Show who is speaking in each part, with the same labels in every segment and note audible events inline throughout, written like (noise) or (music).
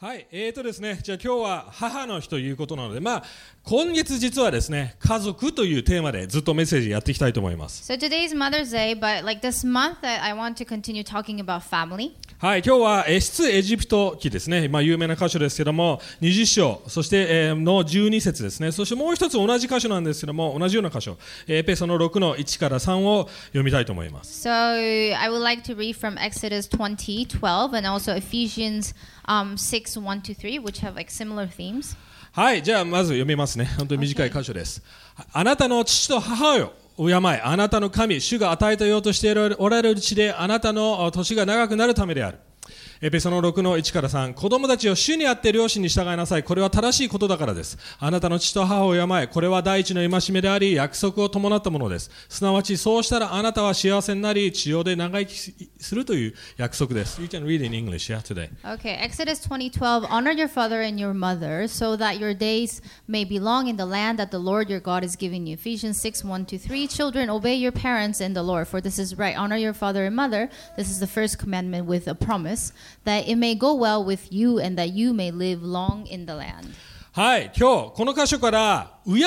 Speaker 1: はい、えーとですね、じゃあ今日は母の日ということなので、まあ、今月実はですね、家族というテーマでずっとメッセージやっていきたいと思います。
Speaker 2: So today is Mother's Day, but like this month, I I want to continue talking about family.
Speaker 1: はい、今日は、えー出エジプト記ですね、まあ、有名な箇所ですけども、20章、そして、えーの12節ですね、そしてもう一つ同じ箇所なんですけども、同じような箇所、えーペソの6の1から3を読みたいと思います。
Speaker 2: So I would like to read from Exodus 20, 12, and also Ephesians um, 6, 1 to 3, which have like similar themes.
Speaker 1: はい、じゃあまず読みますね。本当に短い箇所です。あなたの父と母よ。敬え、あなたの神、主が与えてようとしておられる地で、あなたの年が長くなるためである。エペソの6の1から3、子供たちを主にあって両親に従いなさい。これは正しいことだからです。あなたの父と母を敬え、これは第一の戒めであり、約束を伴ったものです。すなわち、そうしたらあなたは幸せになり、地上で長生きするという約束です。You can read in English, yeah, today.
Speaker 2: Okay, Exodus 20, 12, honor your father and your mother so that your days may be long in the land that the Lord your God is giving you. Ephesians 6, 1 to 3, children, obey your parents in the Lord, for this is right. Honor your father and mother. This is the first commandment with a promise that it may go well with you and that you may live long in the land.
Speaker 1: はい、今日この箇所から敬う、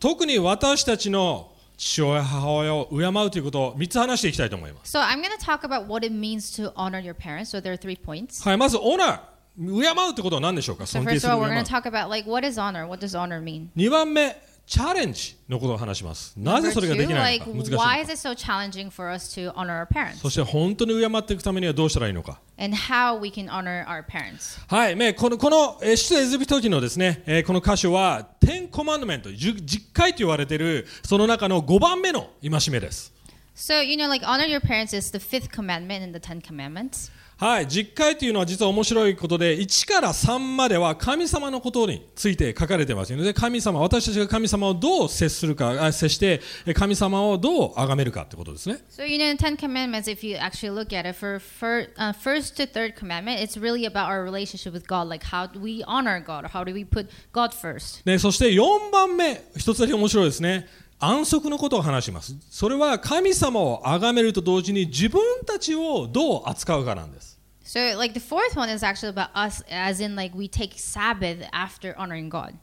Speaker 1: 特に私たちの父親、母親を敬うということを3つ話していきたいと思います。
Speaker 2: So I'm going to talk about what it means to honor your parents. So there are three points.
Speaker 1: はい、まずオーナー、敬うってことは何でしょうか
Speaker 2: So
Speaker 1: 尊敬
Speaker 2: first
Speaker 1: す
Speaker 2: of
Speaker 1: る敬
Speaker 2: all, we're going to
Speaker 1: う。
Speaker 2: talk about like what is honor? What does honor mean?
Speaker 1: 2番目、チャレンジのことを話します。なぜ
Speaker 2: Number
Speaker 1: それが
Speaker 2: two,
Speaker 1: できないの
Speaker 2: like
Speaker 1: か、難しいの
Speaker 2: why
Speaker 1: か
Speaker 2: is it so challenging for us to honor our parents?
Speaker 1: そして本当に敬っていくためにはどうしたらいいのか。
Speaker 2: and how we can honor our parents.
Speaker 1: はい、ね、この、この、えー、出エジプト記のですね、えーこの箇所は、10コマンドメント、10回と言われている、その中の5番目の戒めです。
Speaker 2: So, you know, like honor your parents is the fifth commandment in the Ten Commandments.
Speaker 1: はい、実会というのは実は面白いことで、1から3までは神様のことについて書かれてますので、神様、私たちが神様をどう接するか、あ接して、え神様をどう崇めるかってことですね。
Speaker 2: So, you know, in Ten Commandments, if you actually look at it, for, for uh, first to third commandment, it's really about our relationship with God. Like, how do we honor God? Or how do we put God first?
Speaker 1: で、そして4番目、一つだけ面白いですね。安息のことを話します。それは神様を崇めると同時に自分たちをどう扱うかなんです。
Speaker 2: So, like, the fourth one is actually about us, as in, like, we take Sabbath after honoring God.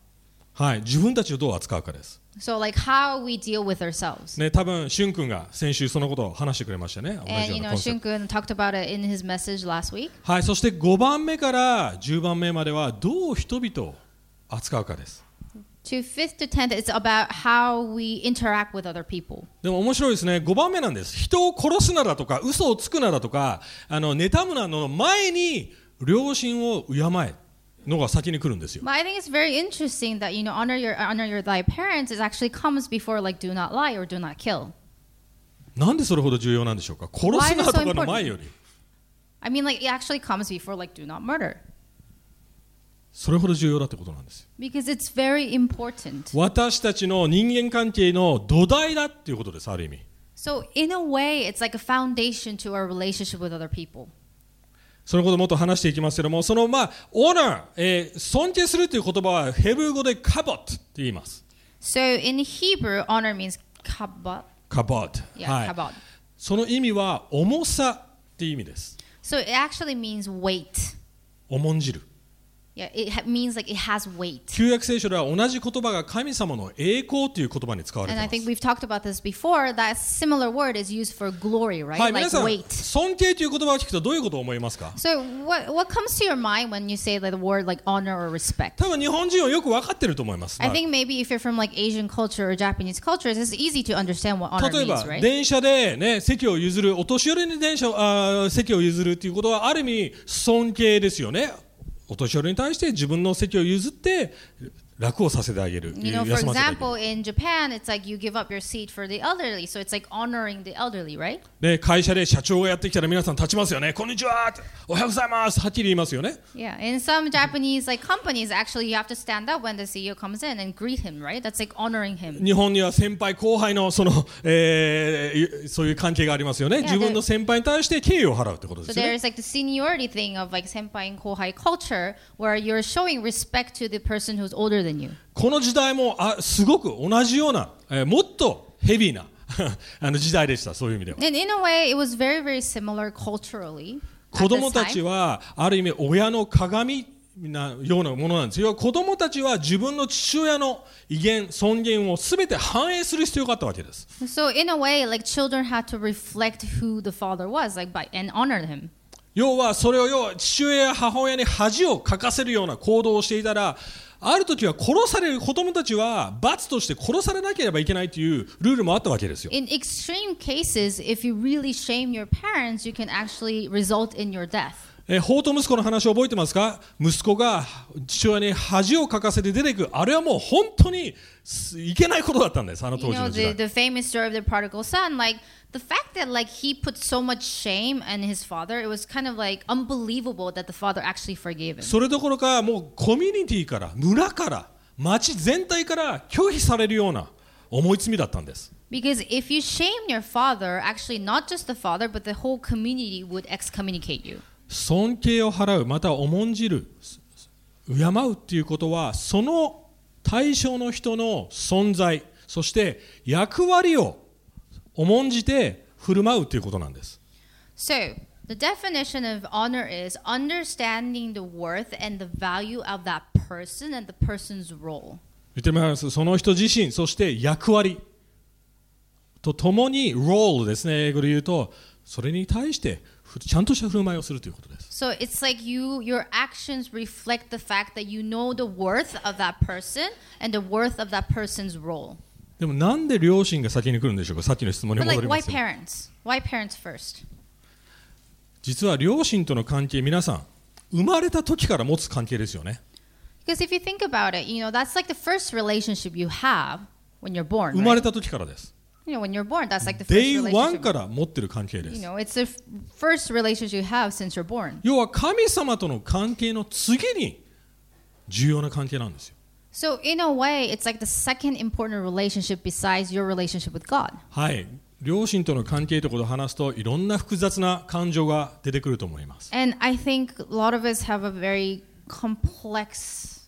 Speaker 1: はい、自分たちをどう扱うかです。
Speaker 2: So, like, how we deal with ourselves.
Speaker 1: ね、多分、しゅんくんが先週そのことを話してくれましたね。同じ
Speaker 2: And,
Speaker 1: よう
Speaker 2: you
Speaker 1: な
Speaker 2: know,
Speaker 1: コンセプト
Speaker 2: Shunkun talked about it in his message last week.
Speaker 1: はい、そして5番目から10番目まではどう人々を扱うかです。
Speaker 2: To fifth to tenth, it's about how we interact with other people.
Speaker 1: でも面白いですね、5番目なんです。人を殺すなだとか、嘘をつくなだとか、あの妬むなの前に、良心を敬えのが先に来るんですよ。
Speaker 2: But I think it's very interesting that you know honor your honor your thy parents is actually comes before like do not lie or do not kill.
Speaker 1: なんでそれほど重要なんでしょうか殺すなとかの前より、
Speaker 2: I mean, like it actually comes before like do not murder
Speaker 1: それほど重要だってことなんですよ。
Speaker 2: because it's very important.
Speaker 1: 私たちの人間関係の土台だっていうことです、ある意味。
Speaker 2: So in a way, it's like a foundation to our relationship with other people.
Speaker 1: そのこともっと話していきますけども、そのまあ、オーナー、えー尊敬するという言葉はヘブル語でカボットって言います。
Speaker 2: So in Hebrew, honor means kabbat.
Speaker 1: カバート、
Speaker 2: Yeah,
Speaker 1: はい
Speaker 2: kabbat.
Speaker 1: その意味は重さっていう意味です。
Speaker 2: So it actually means weight.
Speaker 1: 重んじる。
Speaker 2: Yeah, it ha- means like it has weight.
Speaker 1: 旧約聖書では同じ言葉が神様の栄光という言葉に使われてい
Speaker 2: And I
Speaker 1: ま
Speaker 2: think
Speaker 1: す。
Speaker 2: we've talked about this before. That similar word is used for glory, right?
Speaker 1: はい、皆
Speaker 2: like
Speaker 1: さん、
Speaker 2: weight.
Speaker 1: 尊敬という言葉を聞くとどういうことを思いますか
Speaker 2: So what what comes to your mind when you say like, the word like honor or respect?
Speaker 1: 多分日本人はよく分かってると思います。
Speaker 2: I think maybe if you're from like Asian culture or Japanese culture, it's easy to understand what
Speaker 1: まあ
Speaker 2: honor
Speaker 1: 例え
Speaker 2: means,
Speaker 1: ば、
Speaker 2: right?
Speaker 1: 電車で、ね、席を譲る、お年寄りに電車をあー席を譲るということは、ある意味、尊敬ですよね。お年寄りに対して自分の席を譲って、楽をさせてあげる。
Speaker 2: You know,
Speaker 1: 休ま
Speaker 2: for
Speaker 1: せてあげる
Speaker 2: example, in Japan, it's like you give up your seat for the elderly, so it's like honoring the elderly, right?
Speaker 1: で会社で社長がやってきたら皆さん立ちますよね。こんにちはっておはようございますはっきり言いますよね。
Speaker 2: Yeah. In some Japanese like companies, actually, you have to stand up when the CEO comes in and greet him, right? That's like honoring him.
Speaker 1: 日本には先輩後輩のその、えーいそういう関係がありますよね。
Speaker 2: いや
Speaker 1: 自分の先輩に対して敬意を払うってことで
Speaker 2: So
Speaker 1: すよね。
Speaker 2: there's like the seniority thing of like senpai and kohai culture, where you're showing respect to the person who's older than you.
Speaker 1: この時代もあすごく同じような、えーもっとヘビーな (laughs) あの時代でした。そういう意味では。
Speaker 2: And in a way, it was very, very similar culturally. at
Speaker 1: 子供
Speaker 2: this
Speaker 1: たち
Speaker 2: time.
Speaker 1: はある意味親の鏡なようなものなんですよ子供たちは自分の父親の威厳尊厳を全て反映する必要があったわけです
Speaker 2: So in a way, like children had to reflect who the father was, like by and honor him.
Speaker 1: 要はそれを要は父親や母親に恥をかかせるような行動をしていたらある時は殺される子供たちは罰として殺されなければいけないというルールもあったわけですよ
Speaker 2: In extreme cases, if you really shame your parents, you can actually result in your death.
Speaker 1: えー法と息子の話を覚えてますか息子が父親に恥をかかせて出てくあれはもう本当にすいけないことだったんですあの
Speaker 2: You
Speaker 1: 当時
Speaker 2: know
Speaker 1: の時
Speaker 2: the,
Speaker 1: 代
Speaker 2: the famous story of the prodigal son. Like the fact that like he put so much shame on his father, it was kind of like unbelievable that the father actually forgave him.
Speaker 1: それどころかもうコミュニティから村から町全体から拒否されるような重い罪だったんです
Speaker 2: Because if you shame your father, actually not just the father, but the whole community would excommunicate you.
Speaker 1: 尊敬を払うまたは重んじる敬うっていうことはその対象の人の存在そして役割を重んじて振る舞うということなんです
Speaker 2: So, the definition of honor is understanding the worth and the value of that person and the person's
Speaker 1: 言
Speaker 2: role.
Speaker 1: ってみますその人自身そして役割とともに role ですね英語で言うとそれに対してふちゃんとした振る舞いをするということです
Speaker 2: So, it's like you your actions reflect the fact that you know the worth of that person and the worth of that person's role.
Speaker 1: でもなんで両親が先に来るんでしょうかさっきの質問に
Speaker 2: But
Speaker 1: 戻り
Speaker 2: like
Speaker 1: ま
Speaker 2: why
Speaker 1: すよ
Speaker 2: parents? Why parents first?
Speaker 1: 実は両親との関係皆さん生まれた時から持つ関係ですよね
Speaker 2: Because if you think about it, you know, that's like the first relationship you have when you're born.
Speaker 1: 生ま
Speaker 2: Right?
Speaker 1: れた時からです。
Speaker 2: You know, when you're born, that's like the first
Speaker 1: Day one
Speaker 2: relationship.
Speaker 1: から持ってる関係で
Speaker 2: You
Speaker 1: す。
Speaker 2: know, it's the f- first relationship you have since you're born.
Speaker 1: 要は神様との関係の次に重要な関係なんですよ。
Speaker 2: So in a way, it's like the second important relationship besides your relationship with God.
Speaker 1: はい。両親との関係ということを話すといろんな複雑な感情が出てくると思います。
Speaker 2: And I think a lot of us have a very complex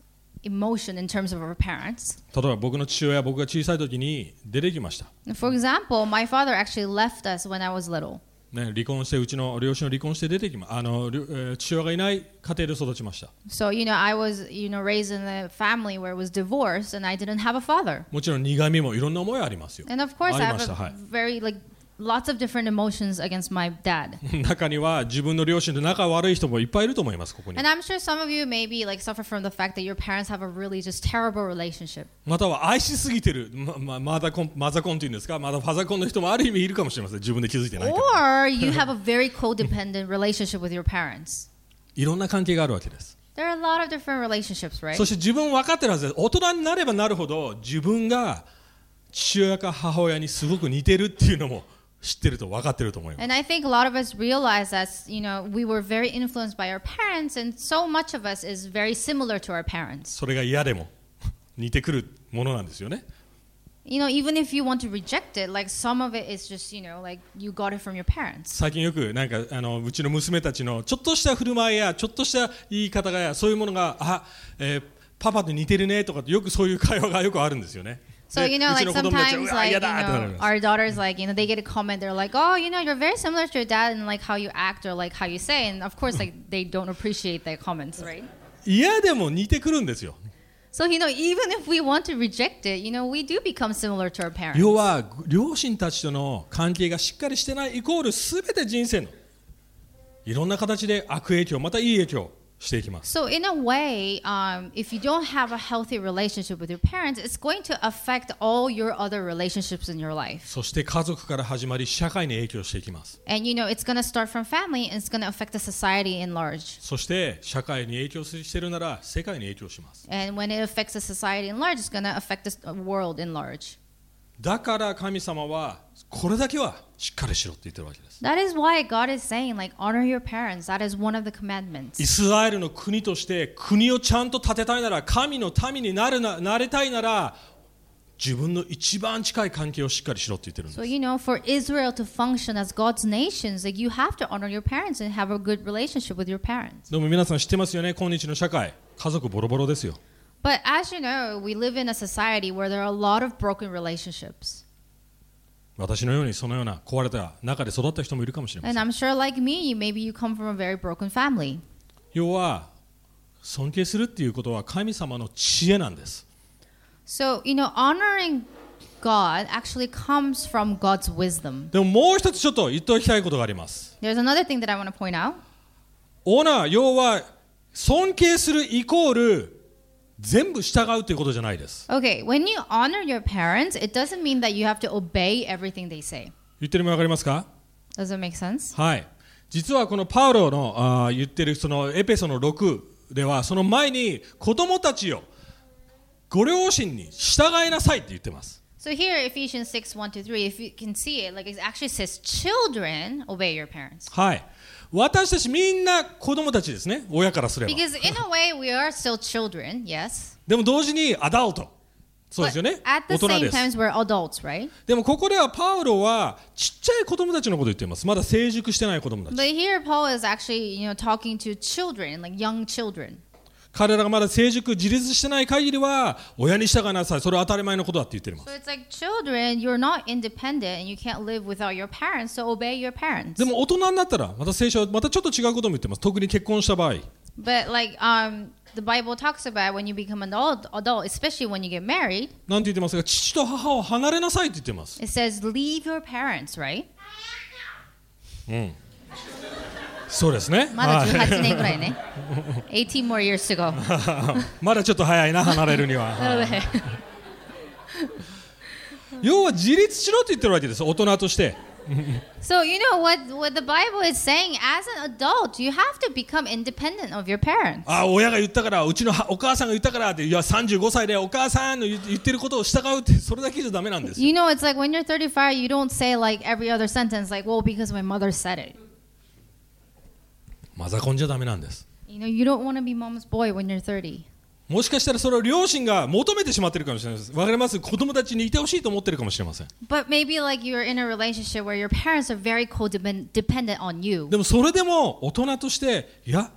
Speaker 2: emotion in terms of our parents.
Speaker 1: 例えば僕の父親僕が小さい時に出てきました。
Speaker 2: For example, my father actually left us when I was little.
Speaker 1: ね、離婚してうちの両親を離婚して出てきまあの、りょえー父親がいない家庭で育ちました。
Speaker 2: So, you know, I was, you know, raised in a family where it was divorced and I didn't have a father.
Speaker 1: もちろん苦みもいろんな思いありますよ。
Speaker 2: And of course, I have
Speaker 1: ありました、はい。
Speaker 2: a very like lots of different emotions against my dad.
Speaker 1: (laughs) 中には自分の両親と仲悪い人もいっぱいいると思いますここに
Speaker 2: And。I'm sure some of you maybe like suffer from the fact that your parents have a really just terrible relationship.
Speaker 1: または愛しすぎてる、まま、マザコンマザコンっていうんですか、まだファザコンの人もある意味いるかもしれません、自分で気づいてないから。
Speaker 2: or you have a very codependent (laughs) relationship with your parents.
Speaker 1: いろんな関係があるわけです。
Speaker 2: There are a lot of different relationships, right?
Speaker 1: そして自分分かってるはずです。大人になればなるほど、自分が父親か母親にすごく似てるっていうのも知ってると分かってると思います。
Speaker 2: and I think a lot of us realize that you know we were very influenced by our parents, and so much of us is very similar to our parents.
Speaker 1: それが嫌でも似てくるものなんですよね。
Speaker 2: You know, even if you want to reject it, like some of it is just you know like you got it from your parents.
Speaker 1: 最近よくなんかあのうちの娘たちのちょっとした振る舞いやちょっとした言い方がやそういうものがあ、えーパパと似てるねとかってよくそういう会話がよくあるんですよね。
Speaker 2: So
Speaker 1: で
Speaker 2: you know,
Speaker 1: うち
Speaker 2: like
Speaker 1: の子供たちは
Speaker 2: sometimes,
Speaker 1: うわ
Speaker 2: like you
Speaker 1: 嫌だってなるん
Speaker 2: know,
Speaker 1: です
Speaker 2: our daughters, like you know, they get a comment. They're like, "Oh, you know, you're very similar to your dad, and like how you act or like how you say." And of course, like they don't appreciate their comments, right?
Speaker 1: 嫌でも似てくるんですよ。
Speaker 2: So you know, even if we want to reject it, you know, we do become similar to our parents.
Speaker 1: 要は両親たちとの関係がしっかりしてないイコールすべて人生のいろんな形で悪影響またいい影響をしていきます。
Speaker 2: So in a way, um, if you don't have a healthy relationship with your parents, it's going to affect all your other relationships in your life.
Speaker 1: そして家族から始まり社会に影響していきます。
Speaker 2: And you know, it's going to start from family, and it's going to affect the society in large.
Speaker 1: そして社会に影響してるなら世界に影響します。
Speaker 2: And when it affects the society in large, it's going to affect the s- uh, world in large.
Speaker 1: だから神様はこれだけはしっかりしろって言ってるわけです。
Speaker 2: That is why God is saying, like, honor your parents. That is one of the commandments.
Speaker 1: イスラエルの国として国をちゃんと建てたいなら神の民になるななれたいなら自分の一番近い関係をしっかりしろって言ってるんです。
Speaker 2: So you know, for Israel to function as God's nations, like you have to honor your parents and have a good relationship with your parents.
Speaker 1: でも皆さん知ってますよね今日の社会家族ボロボロですよ。
Speaker 2: But as you know, we live in a society where there are a lot of broken relationships.
Speaker 1: 私のようにそのような壊れた中で育った人もいるかもしれません。
Speaker 2: And I'm sure like me, you maybe you come from a very broken family.
Speaker 1: 要は尊敬するっていうことは神様の知恵なんです
Speaker 2: So, you know, honoring God actually comes from God's wisdom.
Speaker 1: でももう一つちょっと言っておきたいことがあります
Speaker 2: There's another thing that I want to point out.
Speaker 1: オーナー要は尊敬するイコール全部従うということじゃないです
Speaker 2: Okay, when you honor your parents, it doesn't mean that you have to obey everything they say.
Speaker 1: 言ってる意味わかりますか
Speaker 2: Does that make sense?
Speaker 1: はい実はこのパウロのあー言ってるそのエペソの6ではその前に子供たちよご両親に従いなさいって言ってます
Speaker 2: So here, Ephesians 6, 1 to 3, if you can see it, like it actually says, children, obey your parents.
Speaker 1: はい私たちみんな子供たちですね親からすれば
Speaker 2: Because in a way, we are still children, yes.
Speaker 1: でも同時にアダルトそうですよ
Speaker 2: But
Speaker 1: ね
Speaker 2: at
Speaker 1: 大
Speaker 2: the
Speaker 1: 人
Speaker 2: same
Speaker 1: です
Speaker 2: time, we're adults, right?
Speaker 1: でもここではパウロはちっちゃい子供たちのことを言っていますまだ成熟してない子供たち
Speaker 2: But here, Paul is actually, you know, talking to children, like young children.
Speaker 1: 彼らがまだ成熟自立してない限りは親に従いなさいそれは当たり前のことだって言っています
Speaker 2: So it's like children, you're not independent and you can't live without your parents, so obey your parents.
Speaker 1: でも大人になったらまた聖書はまたちょっと違うことも言ってます特に結婚した場合
Speaker 2: But like um the Bible talks about when you become an adult, adult, especially when you get married,
Speaker 1: なんて言ってますか父と母を離れなさいって言ってます
Speaker 2: it says leave your parents,
Speaker 1: (laughs)
Speaker 2: right?
Speaker 1: そうですね
Speaker 2: まだ
Speaker 1: はい
Speaker 2: 18年ぐらいね。
Speaker 1: (laughs)
Speaker 2: 18 more years to go.
Speaker 1: まだちょっと早いな離れるには
Speaker 2: A little bit.
Speaker 1: 要は自立しろって言ってるわけです大人として
Speaker 2: (laughs) so you know what what the Bible is saying as an adult, you have to become independent of your parents.
Speaker 1: ああ親が言ったからうちの母お母さんが言ったからっていや35歳でお母さんの言言ってることを従うってそれだけじゃダメなんですよ
Speaker 2: You know, it's like when you're 35, you don't say like every other sentence, like, well, because my mother said it.
Speaker 1: マザコンじゃダメなんです
Speaker 2: You know, you don't want to be mom's boy when you're 30.
Speaker 1: もしかしたらそれを両親が求めてしまってるかもしれないですわかります子供たちにいてほしいと思ってるかもしれません
Speaker 2: But maybe like you're in a relationship where your parents are very codependent on you.
Speaker 1: でもそれでも大人としていや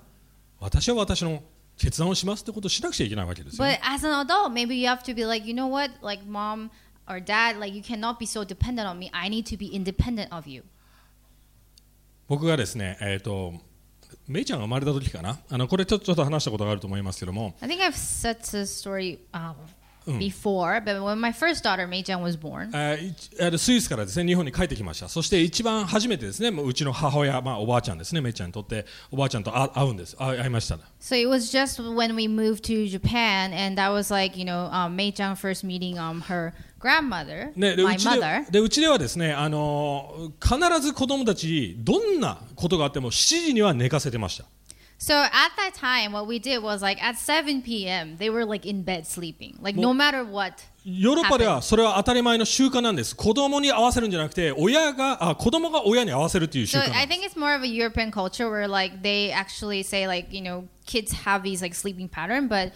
Speaker 1: 私は私の決断をしますってことをしなくちゃいけないわけですよね、
Speaker 2: But as an adult, maybe you have to be like, you know what, like mom or dad, like you cannot be so dependent on me. I need to be independent of you.
Speaker 1: 僕がですねえっ、とめいちゃんが生まれた時かなあのこれちょちょっと話したことがあると思いますけども
Speaker 2: I think I've said this story um, before, but when my first daughter, Mei Jung, was born,
Speaker 1: あいちあのスイスからですね日本に帰ってきましたそして一番初めてですねもううちの母親、まあ、おばあちゃんですねめいちゃんにとっておばあちゃんとあ会うんですあ会いました、ね、
Speaker 2: so it was just when we moved to Japan, and that was like, you know, um, Mei Jung first meeting um, her grandmother,
Speaker 1: ね、で
Speaker 2: my
Speaker 1: うちで
Speaker 2: mother.
Speaker 1: でうちではですね、あのー必ず子供たちどんなことがあっても7時には寝かせてました
Speaker 2: So at that time, what we did was like at 7 p.m., they were like in bed sleeping, like no matter what.
Speaker 1: ヨーロッパではそれは当たり前の習慣なんです子供に合わせるんじゃなくて親があ子供が親に合わせるっていう習
Speaker 2: So
Speaker 1: 慣
Speaker 2: I think it's more of a European culture where like they actually say like you know kids have these like sleeping pattern, but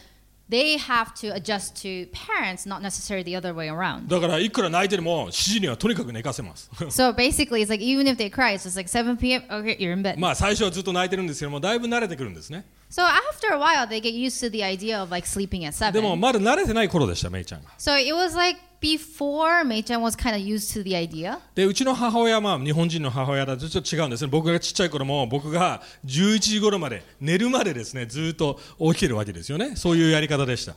Speaker 2: they have to adjust to parents, not necessarily the other way around.
Speaker 1: だからいくら泣いてるも7時にはとにかく寝かせます (laughs)
Speaker 2: so basically, it's like even if they cry, it's just like 7 p.m. Okay, you're in bed.
Speaker 1: まあ最初はずっと泣いてるんですけどもだいぶ慣れてくるんですね
Speaker 2: so after a while, they get used to the idea of like sleeping at
Speaker 1: でも
Speaker 2: seven.
Speaker 1: まだ慣れてない頃でしためいちゃんが
Speaker 2: So it was like before Mei-chan was kind of used to the idea.
Speaker 1: でうちの母親は、まあ、日本人の母親だとちょっと違うんですね僕がちっちゃい頃も僕が11時頃まで寝るまでですねずっと起きてるわけですよねそういうやり方でした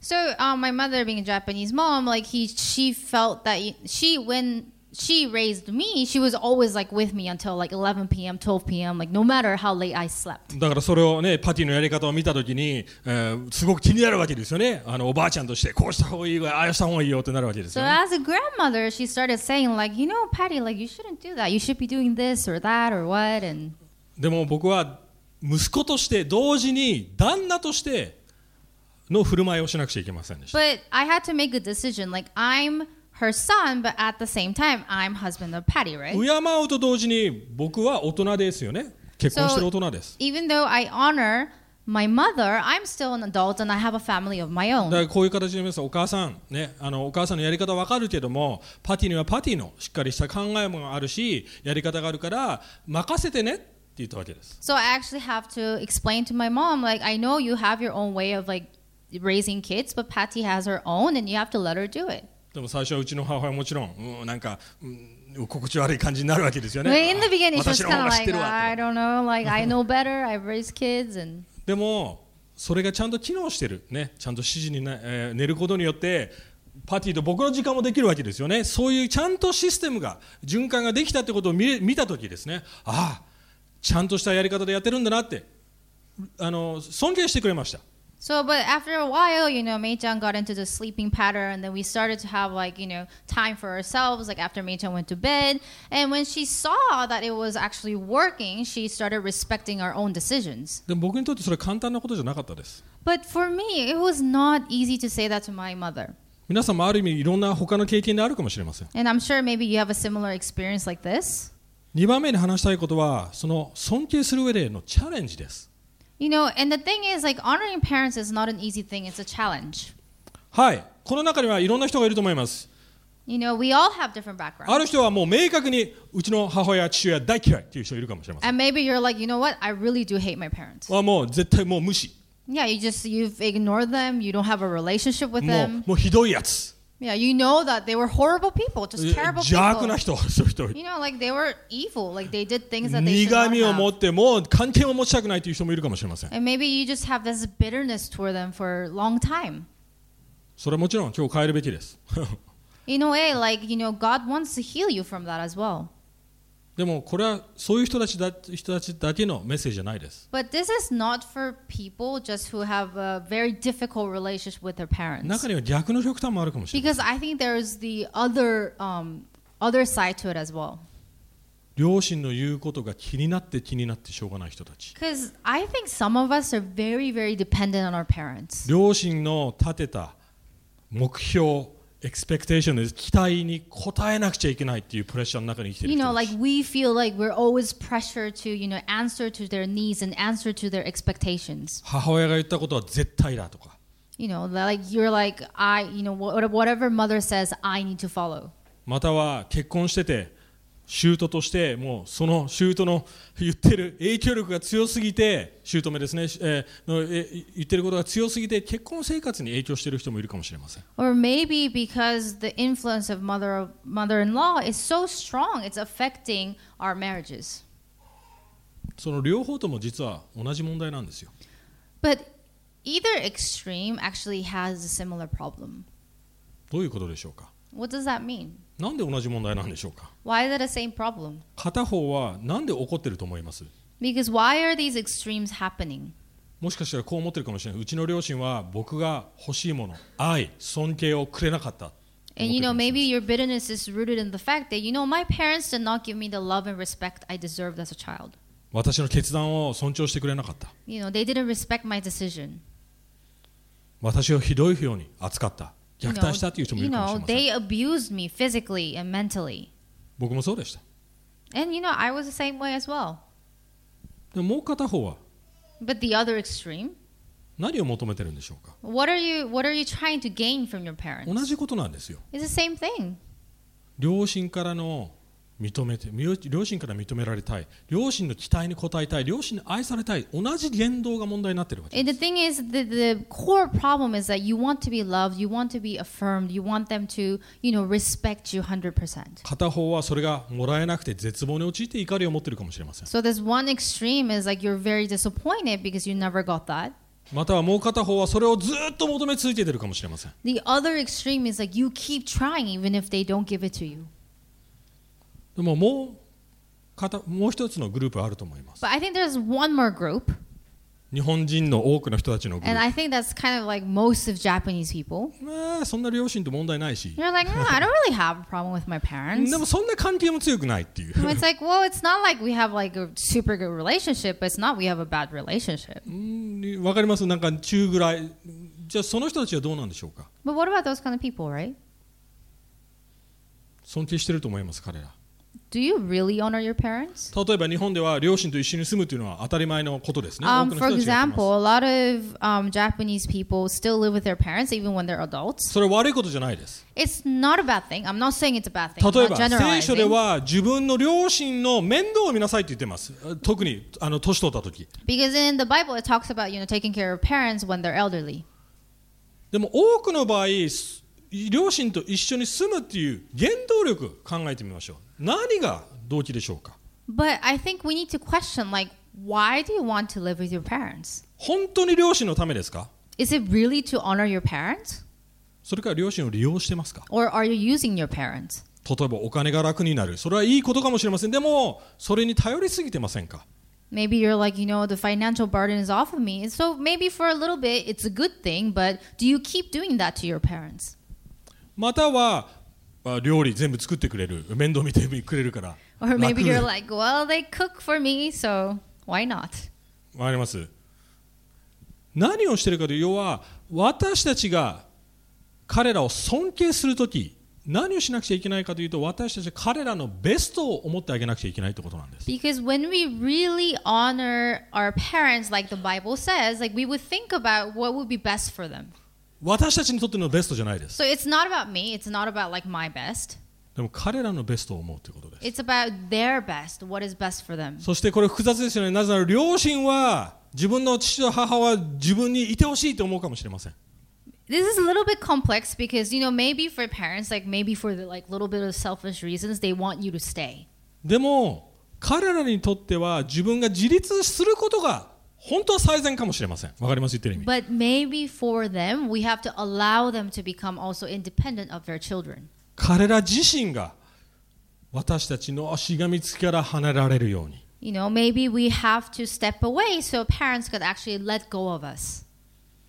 Speaker 2: So um, my mother, being a Japanese mom, like he, she felt that y- she when she raised me, she was always like with me until like 11 p.m., 12 p.m., like no matter how late I slept.
Speaker 1: だからそれをねパティのやり方を見た時に、えーすごく気になるわけですよねあのおばあちゃんとしてこうした方がいいよああした方がいいよってなるわけですよ
Speaker 2: So
Speaker 1: ね
Speaker 2: as a grandmother, she started saying like, you know, Patty, like you shouldn't do that. You should be doing this or that or what. And
Speaker 1: でも僕は息子として同時に旦那としての振る舞いをしなくちゃいけませんでした
Speaker 2: but I had to make a decision. Like I'm her son, but at the same time, I'm husband of Patty, right?
Speaker 1: 敬うと同時に僕は大人ですよね結婚してる大人です、
Speaker 2: Even though I honor my mother, I'm still an adult and I have a family of my own.
Speaker 1: だからこういう形で皆さんお母さんねあのお母さんのやり方わかるけどもパティにはパティのしっかりした考えもあるしやり方があるから任せてねって言ったわけです
Speaker 2: So I actually have to explain to my mom, like, I know you have your own way of like raising kids, but Patty has her own, and you have to let her do it.
Speaker 1: でも最初はうちの母親もちろん、うん、なんか、うん、心地悪い感じになるわけですよ
Speaker 2: But
Speaker 1: ね
Speaker 2: in the beginning, she was
Speaker 1: 私の方が
Speaker 2: kind of
Speaker 1: 知っ
Speaker 2: like,
Speaker 1: てるわ
Speaker 2: I don't know, like I know better. I've raised kids, and
Speaker 1: でもそれがちゃんと機能してる、ね、ちゃんと指示にな、えー寝ることによってパティと僕の時間もできるわけですよねそういうちゃんとシステムが循環ができたってことを見れ見た時ですねああちゃんとしたやり方でやってるんだなってあの尊敬してくれました
Speaker 2: So, but after a while, you know, Meichan got into the sleeping pattern, and then we started to have like you know time for ourselves. Like after Meichan went to bed, and when she saw that it was actually working, she started respecting our own decisions.
Speaker 1: でも僕にとってそれは簡単なことじゃなかったです
Speaker 2: But for me, it was not easy to say that to my mother.
Speaker 1: 皆さんもある意味いろんな他の経験であるかもしれません
Speaker 2: And I'm sure maybe you have a similar experience like this.
Speaker 1: 2番目に話したいことはその尊敬する上でのチャレンジです
Speaker 2: You know, and the thing is, like honoring parents is not an easy thing; it's a challenge.
Speaker 1: はいこの中にはいろんな人がいると思います
Speaker 2: You know, we all have different backgrounds.
Speaker 1: ある人はもう明確にうちの母親父親大嫌いっていう人いるかもしれません
Speaker 2: And maybe you're like, you know what? I really do hate my parents.
Speaker 1: はもう絶対もう無視
Speaker 2: Yeah, you just you've ignored them. You don't have a relationship with
Speaker 1: もう
Speaker 2: them.
Speaker 1: もうひどいやつ
Speaker 2: Yeah, you know that they were horrible people,
Speaker 1: え
Speaker 2: just
Speaker 1: 邪
Speaker 2: terrible
Speaker 1: 悪な
Speaker 2: people.
Speaker 1: 人 (laughs) そういう人
Speaker 2: You know, like they were evil. Like they did things that they should
Speaker 1: 苦
Speaker 2: not
Speaker 1: みを持
Speaker 2: have.
Speaker 1: ってもう関係を持ちたくないという人もいるかもしれません
Speaker 2: And maybe you just have this bitterness toward them for a long time.
Speaker 1: それはもちろん今日変えるべきです (laughs)
Speaker 2: In a way, like you know, God wants to heal you from that as well.
Speaker 1: でもこれはそういう人たちだ人たちだけのメッセージじゃないです
Speaker 2: But this is not for people just who have a very difficult relationship with their parents.
Speaker 1: 中には逆の極端もあるかもしれない
Speaker 2: Because I think there is the other um, other side to it as well.
Speaker 1: 両親の言うことが気になって気になってしょうがない人たち
Speaker 2: Because I think some of us are very, very dependent on our parents.
Speaker 1: 両親の立てた目標エクスペクテーションです期待に応えなくちゃいけないっていうプレッシャーの中に生きてい
Speaker 2: You
Speaker 1: る
Speaker 2: know,
Speaker 1: 人で
Speaker 2: like
Speaker 1: す
Speaker 2: we feel like we're always pressured to, you know, answer to their needs and answer to their expectations.
Speaker 1: 母親が言ったことは絶対だとか
Speaker 2: You know, like you're like, I, you know, wha- whatever mother says, I need to follow.
Speaker 1: または結婚してて舅としてもうその舅の言ってる影響力が強すぎて姑ですね、えーのえー言ってることが強すぎて結婚生活に影響している人もいるかもしれません
Speaker 2: Or maybe because the influence of mother mother-in-law is so strong, it's affecting our marriages.
Speaker 1: その両方とも実は同じ問題なんですよ
Speaker 2: But either extreme actually has a similar problem.
Speaker 1: どういうことでしょうか
Speaker 2: What does that mean?
Speaker 1: なんで同じ問題なんでしょうか
Speaker 2: Why is it the same problem?
Speaker 1: 片方はなんで怒ってると思います
Speaker 2: Because why are these extremes happening?
Speaker 1: もしかしたらこう思ってるかもしれないうちの両親は僕が欲しいもの愛尊敬をくれなかった
Speaker 2: And you know, maybe your bitterness is rooted in the fact that, you know, my parents did not give me the love and respect I deserved as a child.
Speaker 1: 私の決断を尊重してくれなかった
Speaker 2: You know, they didn't respect my decision.
Speaker 1: 私をひどいように扱った
Speaker 2: You
Speaker 1: 虐
Speaker 2: know,
Speaker 1: 待したという人もい
Speaker 2: you
Speaker 1: るかもしれ
Speaker 2: know
Speaker 1: ません
Speaker 2: they abused me physically and mentally.
Speaker 1: 僕もそうでした
Speaker 2: And, you know, I was the same way as well.
Speaker 1: でももう片方は
Speaker 2: But the other extreme,
Speaker 1: 何を求めてるんでしょうか
Speaker 2: what are you what are you trying to gain from your
Speaker 1: 同
Speaker 2: parents?
Speaker 1: じことなんですよ
Speaker 2: It's the same thing. 両
Speaker 1: 両親からの認めて両両親から認められたい両親の期待に応えたい両親に愛されたい同じ言動が問題になってるわけ
Speaker 2: And the thing is, the, the core problem is that you want to be loved, you want to be affirmed, you want them to, you know, respect you 100%.
Speaker 1: 片方はそれがもらえなくて絶望に陥って怒りを持ってるかもしれません
Speaker 2: So this one extreme is like you're very disappointed because you never got that.
Speaker 1: またはもう片方はそれをずっと求め続けてるかもしれません
Speaker 2: The other extreme is like you keep trying even if they don't give it to you.
Speaker 1: でももう片もう一つのグループあると思います
Speaker 2: But I think there's one more group,
Speaker 1: 日本人の多くの人たちのグル
Speaker 2: and
Speaker 1: ー
Speaker 2: I think that's kind of like most of Japanese people.
Speaker 1: プまあそんな両親と問題ないし
Speaker 2: You're like, "Hmm, I don't really have a problem with my
Speaker 1: で
Speaker 2: parents.
Speaker 1: もそんな関係も強くないっていう
Speaker 2: (laughs) And it's like, well, it's not like we have like a super good relationship, but it's not we have a bad relationship.
Speaker 1: うんわかりますなんか中ぐらいじゃあその人たちはどうなんでしょうか
Speaker 2: But what about those kind of people, right?
Speaker 1: 尊敬してると思います彼ら
Speaker 2: Do you really honor your parents?
Speaker 1: 例えば日本では両親と一緒に住むというのは当たり前のことですね、多
Speaker 2: Um,
Speaker 1: くの
Speaker 2: for
Speaker 1: 人たちがやってます
Speaker 2: example, a lot of um, Japanese people still live with their parents even when they're adults.
Speaker 1: それは悪いことじゃないです
Speaker 2: It's not a bad thing. I'm not saying it's a bad thing.
Speaker 1: 例え
Speaker 2: I'm
Speaker 1: ば
Speaker 2: not
Speaker 1: 聖書で
Speaker 2: generalizing.
Speaker 1: は自分の両親の面倒を見なさいと言ってます特にあの年取った時
Speaker 2: Because in the Bible, it talks about you know taking care of parents when they're elderly.
Speaker 1: でも多くの場合す両親と一緒に住むっていう原動力考えてみましょう何が動機でしょうか
Speaker 2: But I think we need to question like, why do you want to live with your parents?
Speaker 1: 本当に両親のためですか
Speaker 2: Is it really to honor your parents?
Speaker 1: それから両親を利用してますか
Speaker 2: Or are you using your parents?
Speaker 1: 例えばお金が楽になるそれはいいことかもしれませんでもそれに頼りすぎてませんか
Speaker 2: Maybe you're like, you know, the financial burden is off of me. So maybe for a little bit it's a good thing, but do you keep doing that to your parents?
Speaker 1: またはあ料理全部作ってくれる面倒見てくれるから
Speaker 2: Or maybe
Speaker 1: 楽
Speaker 2: you're like, well, they cook for me, so why not?
Speaker 1: わかります何をしてるかという要は私たちが彼らを尊敬するとき何をしなくちゃいけないかというと私たちは彼らのベストを思ってあげなくちゃいけないということなんです
Speaker 2: Because when we really honor our parents, like the Bible says, like we would think about what would be best for them.
Speaker 1: 私たちにとってのベストじゃないです
Speaker 2: So it's not about me, it's not about like my best.
Speaker 1: でも彼らのベストを思うということです
Speaker 2: It's about their best, what is best for them.
Speaker 1: そしてこれ複雑ですよねなぜなら両親は自分の父と母は自分にいてほしいと思うかもしれません
Speaker 2: This is a little bit complex because you know maybe for parents like maybe for the like little bit of selfish reasons they want you to stay.
Speaker 1: でも彼らにとっては自分が自立することが本当は最善かもしれませんわかります言ってる意味
Speaker 2: But maybe for them we have to allow them to become also independent of their children.
Speaker 1: 彼ら自身が私たちのしがみつきから離れられるように
Speaker 2: You know, maybe we have to step away so parents could actually let go of us.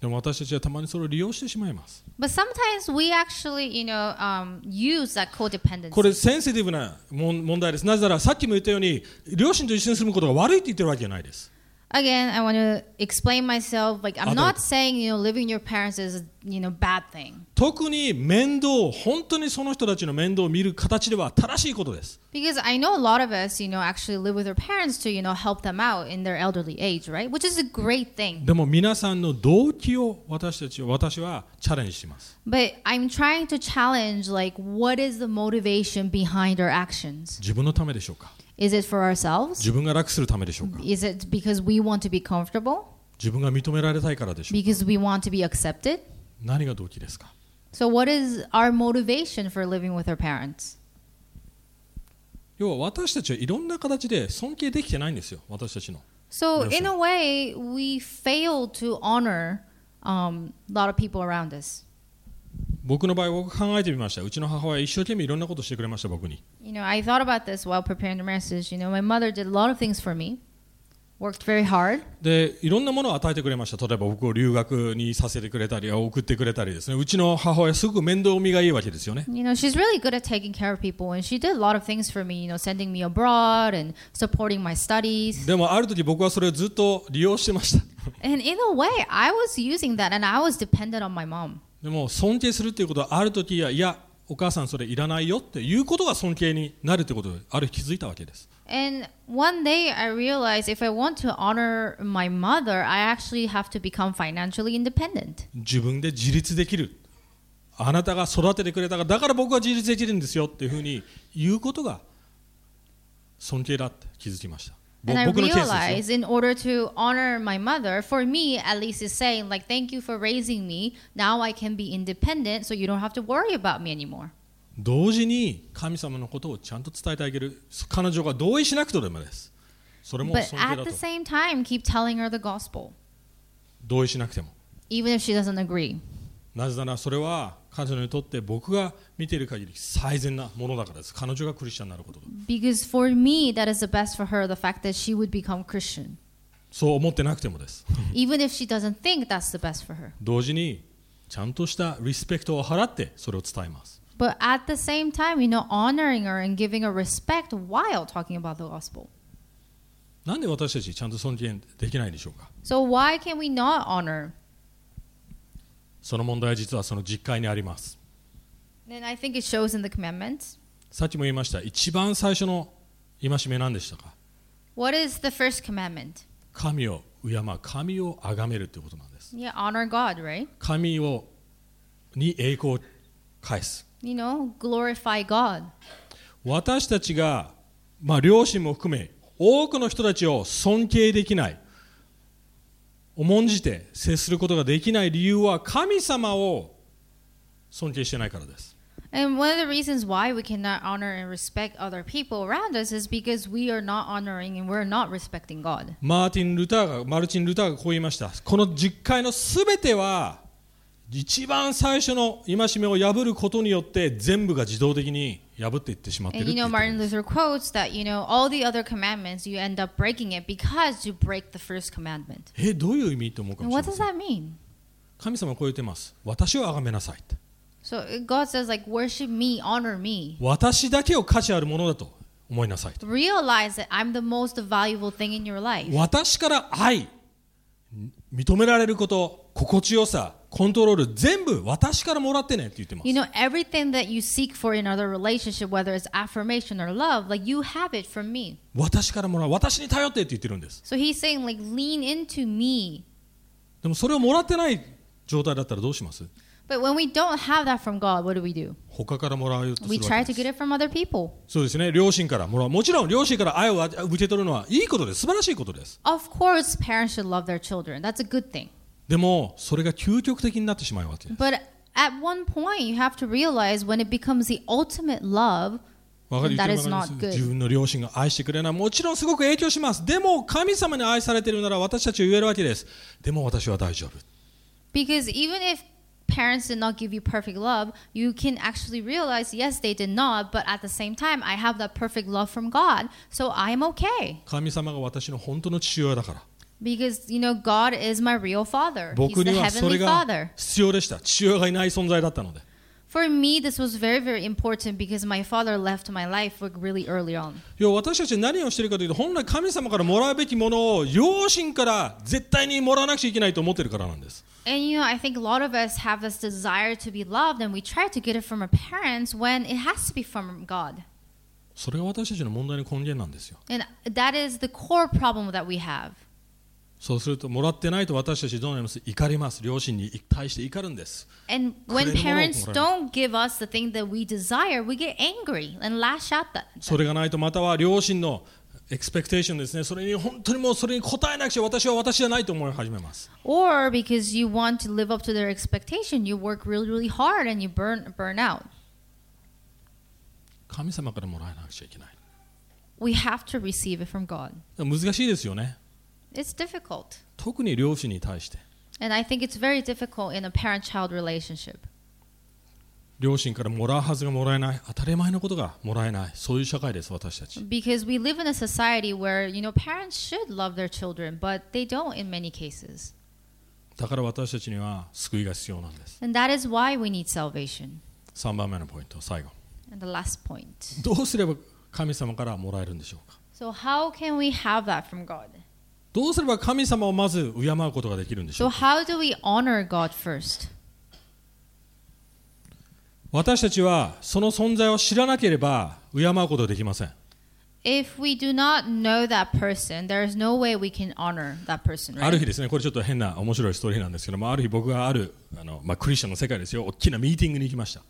Speaker 1: でも私たちはたまにそれを利用してしまいます
Speaker 2: But sometimes we actually, you know, um, use that
Speaker 1: こ
Speaker 2: codependency.
Speaker 1: れセンシティブなもん問題ですなぜならさっきも言ったように両親と一緒に住むことが悪いって言ってるわけじゃないです
Speaker 2: Again, I want to explain myself. Like, I'm
Speaker 1: Other-
Speaker 2: not saying, you know, living your parents is, you know, bad thing.
Speaker 1: 特に面倒を本当にその人たちの面倒を見る形では正しいことです
Speaker 2: Because I know a lot of us, you know, actually live with their parents to, you know, help them out in their elderly age, right? Which is a great thing.
Speaker 1: でも皆さんの動機を私たち私はチャレンジします
Speaker 2: But I'm trying to challenge, like, what is the motivation behind our actions?
Speaker 1: 自分のためでしょうか
Speaker 2: Is it for ourselves?
Speaker 1: 自分が楽するためでしょうか
Speaker 2: Is it because we want to be comfortable?
Speaker 1: 自分が認められたいからでしょうか
Speaker 2: Because we want to be accepted?
Speaker 1: 何が動機ですか
Speaker 2: So, what is our motivation for living with our parents?
Speaker 1: 要は私たちはいろんな形で尊敬できてないんですよ私たちの
Speaker 2: So,
Speaker 1: Yes,
Speaker 2: in a way, we fail to honor um, a lot of people around us.
Speaker 1: 僕の場合僕考えてみましたうちの母親一生懸命いろんなことしてくれました僕に
Speaker 2: You know, I thought about this while preparing the message. You know, my mother did a lot of things for me, worked very hard.
Speaker 1: でいろんなものを与えてくれました例えば僕を留学にさせてくれたり送ってくれたりですねうちの母親すごく面倒見がいいわけですよね
Speaker 2: You know, she's really good at taking care of people, and she did a lot of things for me, you know, sending me abroad and supporting my studies.
Speaker 1: でもある時僕はそれをずっと利用してました
Speaker 2: And in a way, I was using that, and I was dependent on my mom.
Speaker 1: でも尊敬するっていうことはある時はいやお母さんそれいらないよっていうことが尊敬になるってことである日気づいたわけです
Speaker 2: And one day I realized if I want to honor my mother, I actually have to become financially independent.
Speaker 1: 自分で自立できるあなたが育ててくれたからだから僕は自立できるんですよっていうふうに言うことが尊敬だって気づきましたぼ
Speaker 2: And I
Speaker 1: 僕のケースですよ
Speaker 2: realized in order to honor my mother, for me at least, is saying, like, thank you for raising me. Now I can be independent, so you don't have to worry about me anymore.
Speaker 1: 同時に神様のことをちゃんと伝えてあげる彼女が同意しなくてでもですそれも
Speaker 2: But
Speaker 1: 尊敬
Speaker 2: at
Speaker 1: だと
Speaker 2: the same time, keep telling her the gospel,
Speaker 1: 同意しなくても
Speaker 2: even if she doesn't agree.
Speaker 1: なぜならそれは彼女にとって僕が見ている限り最善なものだからです彼女がクリスチャンになることだ
Speaker 2: Because for me, that is the best for her the fact that she would become Christian,
Speaker 1: そう思ってなくてもです
Speaker 2: even if she doesn't think that's the best for her.
Speaker 1: 同時にちゃんとしたリスペクトを払ってそれを伝えます
Speaker 2: But at the same time, you know, honoring her and giving her respect while talking about the gospel.
Speaker 1: なんで私たちちゃんと尊敬できないでしょうか
Speaker 2: So why can we not honor?
Speaker 1: その問題は実はその実会にあります。
Speaker 2: And I think it shows in the commandments.
Speaker 1: さっきも言いました、一番最初の戒め何でしたか
Speaker 2: What is the first commandment?
Speaker 1: 神を敬う、神を崇めるということなんです。
Speaker 2: Yeah, honor God, right?
Speaker 1: 神をに栄光を返す。
Speaker 2: You know, glorify God.
Speaker 1: 私たちが、まあ、両親も含め、多くの人たちを尊敬できない、重んじて接することができない理由は、神様を尊敬してないからです。
Speaker 2: And one of the reasons why we cannot honor and respect other people around us is because we are not honoring and we're not respecting God.
Speaker 1: マーティン・ルターがマルチン・ルターがこう言いましたこの10回のすべては一番最初の戒めを破ることによって全部が自動的に破っていってしまってい
Speaker 2: And
Speaker 1: るっ
Speaker 2: you
Speaker 1: て言
Speaker 2: know,
Speaker 1: ってる
Speaker 2: Martin Luther quotes that, you know, all the other commandments, you end up breaking it because you break the first commandment.
Speaker 1: えどういう意味と思うか
Speaker 2: And
Speaker 1: もしれ
Speaker 2: what
Speaker 1: ま
Speaker 2: does
Speaker 1: せん
Speaker 2: that mean?
Speaker 1: 神様はこう言ってます私を崇めなさいって
Speaker 2: So uh, God says, like, worship me, honor me.
Speaker 1: 私だけを価値あるものだと思いなさいと
Speaker 2: Realize that I'm the most valuable thing in your life.
Speaker 1: 私から愛認められること心地よさコントロール全部私からもらってねって言ってます
Speaker 2: You know, everything that you seek for in another relationship, whether it's affirmation or love, like, you have it from me.
Speaker 1: 私からもらう私に頼ってって言ってるんです
Speaker 2: So he's saying, like, lean into me.
Speaker 1: でもそれをもらってない状態だったらどうします
Speaker 2: But when we don't have that from God, what do we do?
Speaker 1: 他からもらうとす
Speaker 2: We
Speaker 1: るわ
Speaker 2: try
Speaker 1: け
Speaker 2: to
Speaker 1: で
Speaker 2: get
Speaker 1: す
Speaker 2: it from other people.
Speaker 1: そうですね両親からもらうもちろん両親から愛を受け取るのはいいことです素晴らしいことです
Speaker 2: Of course, parents should love their children. That's a good thing.
Speaker 1: でもそれが究極的になってしまうわけ
Speaker 2: But at one point, you have to realize when it becomes the ultimate love,
Speaker 1: わかる言って
Speaker 2: That
Speaker 1: る
Speaker 2: is
Speaker 1: わかり
Speaker 2: not
Speaker 1: ま
Speaker 2: good.
Speaker 1: す自分の両親が愛してくれないもちろんすごく影響しますでも神様に愛されているなら私たちは言えるわけですでも私は大丈夫
Speaker 2: because even if parents did not give you perfect love, you can actually realize, yes, they did not, but at the same time, I have that perfect love from God, so I'm okay.
Speaker 1: 神様が私の本当の父親だから
Speaker 2: Because, you know, God is my real father, He's
Speaker 1: 僕に
Speaker 2: the
Speaker 1: はそ
Speaker 2: heavenly
Speaker 1: れが
Speaker 2: father.
Speaker 1: 必要でした父親がいない存在だったので
Speaker 2: For me, this was very, very important because my father left my life like, really early on.
Speaker 1: 要は私たちは何をしているかというと本来神様からもらうべきものを両親から絶対にもらわなくちゃいけないと思ってるからなんです
Speaker 2: And you know, I think a lot of us have this desire to be loved, and we try to get it from our parents when it has to be from God.
Speaker 1: それが私たちの問題の根源なんですよ
Speaker 2: And that is the core problem that we have.
Speaker 1: そうするともらってないと私たちどうなります怒ります両親に対して怒るんです
Speaker 2: And when
Speaker 1: Kurenmoro
Speaker 2: parents
Speaker 1: kuren.
Speaker 2: don't give us the thing that we desire, we get angry and lash out that.
Speaker 1: それがないとまたは両親のエクスペクテーションですねそれに本当にもうそれに応えなくちゃ私は私じゃないと思い始めます
Speaker 2: Or because you want to live up to their expectation, you work really, really hard and you burn burn out.
Speaker 1: 神様からもらえなくちゃいけない
Speaker 2: We have to receive it from God.
Speaker 1: 難しいですよね
Speaker 2: It's difficult.
Speaker 1: 特に両親に対して
Speaker 2: And I think it's very difficult in a parent child relationship.
Speaker 1: 両親からもらうはずがもらえない当たり前のことがもらえないそういう社会です私たち
Speaker 2: Because we live in a society where, you know, parents should love their children, but they don't in many cases.
Speaker 1: だから私たちには救いが必要なんです
Speaker 2: And that is why we need salvation.
Speaker 1: 3番目のポイント最後
Speaker 2: And the last point.
Speaker 1: どうすれば神様からもらえるんでしょうか
Speaker 2: So, how can we have that from God?
Speaker 1: どうすれば神様をまず敬うことができるんでしょ
Speaker 2: So,
Speaker 1: うか
Speaker 2: how do we honor God first?
Speaker 1: 私たちはその存在を知らなければ敬うことはできません
Speaker 2: If we do not know that person, there is no way we can honor that person,
Speaker 1: ある
Speaker 2: right?
Speaker 1: 日ですね、これちょっと変な面白いストーリーなんですけども、ある日僕があるあの、まあ、クリスチャンの世界ですよ、大きなミーティングに行きました。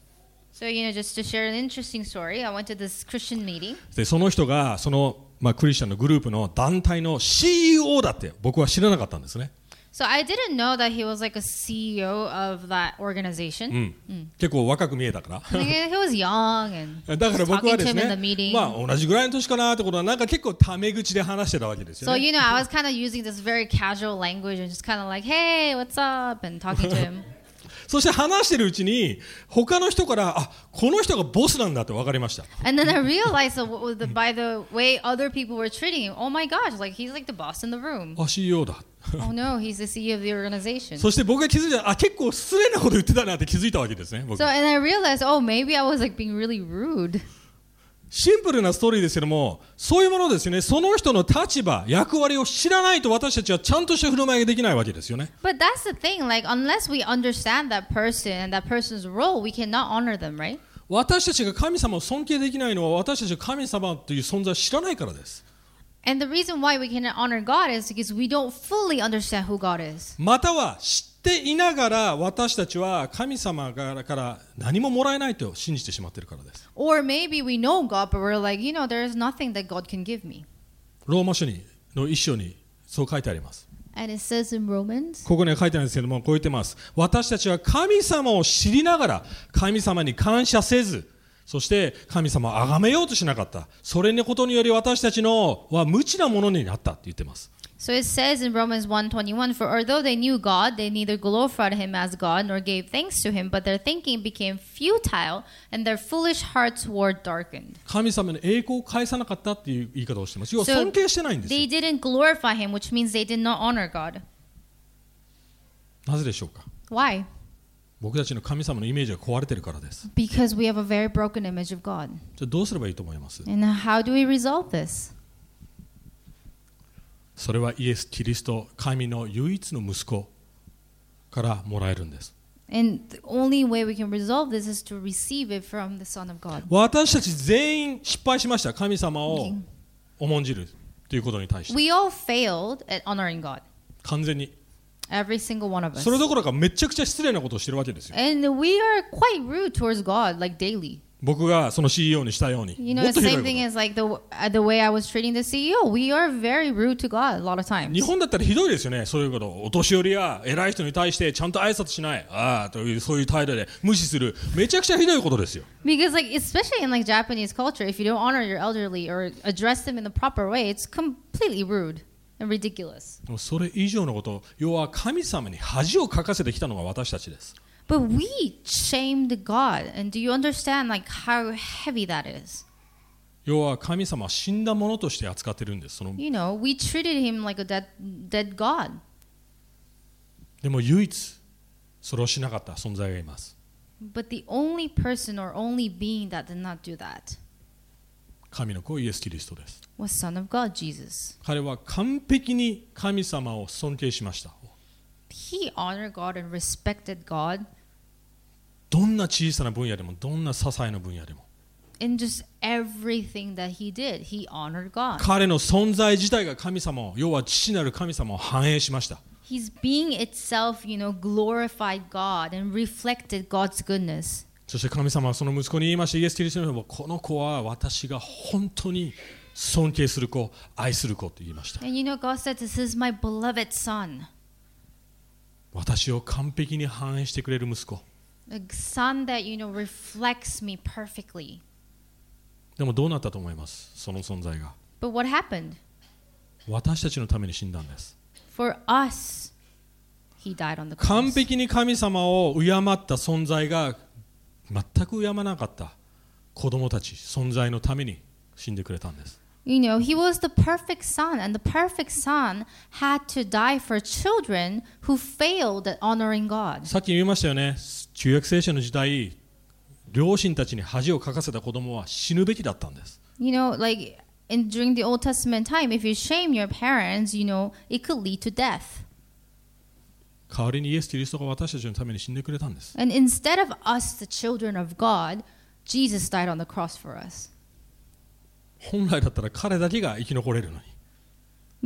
Speaker 2: So, you know, just to share an interesting story, I went to this Christian meeting.
Speaker 1: で、その人が、その、まあ、クリスチャンのグループの団体の CEO だって僕は知らなかったんですね。
Speaker 2: So, I didn't know that he was like a CEO of that organization.
Speaker 1: うん。結構若く見えたか
Speaker 2: (laughs) Like, he was young and
Speaker 1: ら。だから僕はです
Speaker 2: Talking to him
Speaker 1: ね
Speaker 2: in the meeting.、
Speaker 1: まあ、同じぐらいの年かなってことは、なんか結構タメ口で話してたわけですよ
Speaker 2: So
Speaker 1: ね。
Speaker 2: you know, I was kind of using this very casual language and just kind of like, "Hey, what's up?" and talking to him.
Speaker 1: そして話してるうちに、他の人から、あ、この人がボスなんだって分かりました。
Speaker 2: and then I realized that what was the, by the way other people were treating him, oh my gosh, like he's like the boss in the
Speaker 1: (laughs)
Speaker 2: room.
Speaker 1: あ、CEO だ。
Speaker 2: oh no, he's the CEO of the organization. So,
Speaker 1: そして僕が気づいた、あ、結構失礼なこと言ってたなって気づいたわけですね、僕。
Speaker 2: and I realized, oh, maybe I was like being really rude. (laughs)
Speaker 1: シンプルなストーリーですけども、そういうものですよね。その人の立場、役割を知らないと私たちはちゃんとした振る舞いができないわけですよね。
Speaker 2: But that's the thing, like unless we understand that person and that person's role, we cannot honor them, right?
Speaker 1: 私たちが神様を尊敬できないのは私たちが神様という存在を知らないからです。
Speaker 2: And the reason why we cannot honor God is because we don't fully understand who God is.
Speaker 1: または知っていながら私たちは神様から何ももらえないと信じてしまっているからです。
Speaker 2: Or maybe we know God, but we're like, you know, there is nothing that God can give me.
Speaker 1: ローマ書にの一章にそう書いてあります。
Speaker 2: And it says in Romans,
Speaker 1: ここには書いてあるんですけども、こう言ってます。私たちは神様を知りながら、神様に感謝せず、そして神様を崇めようとしなかった。それのことにより私たちのは無知なものになったって言ってます。
Speaker 2: so it says in Romans 1:21, for although they knew God, they neither glorified him as God nor gave thanks to him, but their thinking became futile and their foolish hearts were darkened.
Speaker 1: 神様の栄光を返さなかったっていう言い方をしてます。要は
Speaker 2: So
Speaker 1: 尊敬してないんです
Speaker 2: They
Speaker 1: よ。
Speaker 2: didn't glorify him, which means they did not honor God.
Speaker 1: なぜでしょうか
Speaker 2: Why?
Speaker 1: 僕たちの神様のイメージが壊れてるからです。
Speaker 2: Because we have a very broken image of God.
Speaker 1: じゃあどうすればいいと思います
Speaker 2: And how do we resolve this?
Speaker 1: それはイエス・キリスト、神の唯一の息子からもらえるんです。
Speaker 2: And the only way we can resolve this is to receive it from the Son of God.
Speaker 1: 私たち全員失敗しました。神様を
Speaker 2: Okay.
Speaker 1: 重んじるということに対して。
Speaker 2: We all failed at honoring God.
Speaker 1: 完全に。
Speaker 2: Every single one of us.
Speaker 1: それどころかめちゃくちゃ失礼なことをしてるわけですよ。
Speaker 2: And we are quite rude towards God, like daily.
Speaker 1: 僕がその CEO にしたように。
Speaker 2: You
Speaker 1: も
Speaker 2: know,
Speaker 1: っと
Speaker 2: the
Speaker 1: ひど
Speaker 2: same
Speaker 1: い
Speaker 2: thing
Speaker 1: こ
Speaker 2: as like the uh, the way I was treating the CEO. We are very rude to God a lot of
Speaker 1: と。日
Speaker 2: times.
Speaker 1: 本だったらひどいですよね、そういうこと。お年寄りや偉い人に対してちゃんと挨拶しない。ああ、という、そういう態度で無視する。めちゃくちゃひどいことですよ。
Speaker 2: Because like especially in like Japanese culture, if you don't honor your elderly or address them in the proper way, it's completely rude and ridiculous.
Speaker 1: でもそれ以上のこと、要は神様に恥をかかせてきたのが私たちです。
Speaker 2: But we shamed God, and do you understand like how heavy that is?
Speaker 1: 要は神様は死んだものとして扱ってるんです。その
Speaker 2: You know, we treated him like a dead dead God.
Speaker 1: でも唯一、それをしなかった存在がいます。
Speaker 2: But the only person or only being that did not do that
Speaker 1: 神の子イエス・キリストです。
Speaker 2: was Son of God, Jesus.
Speaker 1: 彼は完璧に神様を尊敬しました。
Speaker 2: He honored God and respected God
Speaker 1: どんな小さな分野でも、どんな些細な分野でも。
Speaker 2: in just everything that he did. He honored God.
Speaker 1: 彼の存在自体が神様を、要は父なる神様を反映しました。
Speaker 2: His being itself, you know, glorified God and reflected God's goodness.
Speaker 1: そして神様はその息子に言いました、イエス・キリストの方は、この子は私が本当に尊敬する子、愛する子と言いました。
Speaker 2: And you know, God said, This is my beloved son.
Speaker 1: 私を完璧に反映してくれる息子。
Speaker 2: A son that, you know, reflects me perfectly.
Speaker 1: でもどうなったと思います、その存在が。
Speaker 2: But what happened?
Speaker 1: 私たちのために死んだんです。
Speaker 2: For us, he died on the
Speaker 1: 完
Speaker 2: cross.
Speaker 1: 璧に神様を敬った存在が全く敬わなかった子供たち存在のために死んでくれたんです
Speaker 2: You know, he was the perfect son, and the perfect son had to die for children who failed at honoring God.
Speaker 1: さっき言いましたよね旧約聖書の時代両親たちに恥をかかせた子供は死ぬべきだったんです
Speaker 2: You know, like in during the Old Testament time, if you shame your parents, you know, it could lead to death.
Speaker 1: 代わりにイエス・キリストが私たちのために死んでくれたんです
Speaker 2: And instead of us, the children of God, Jesus died on the cross for us.
Speaker 1: 本来だったら彼だけが生き残れるのに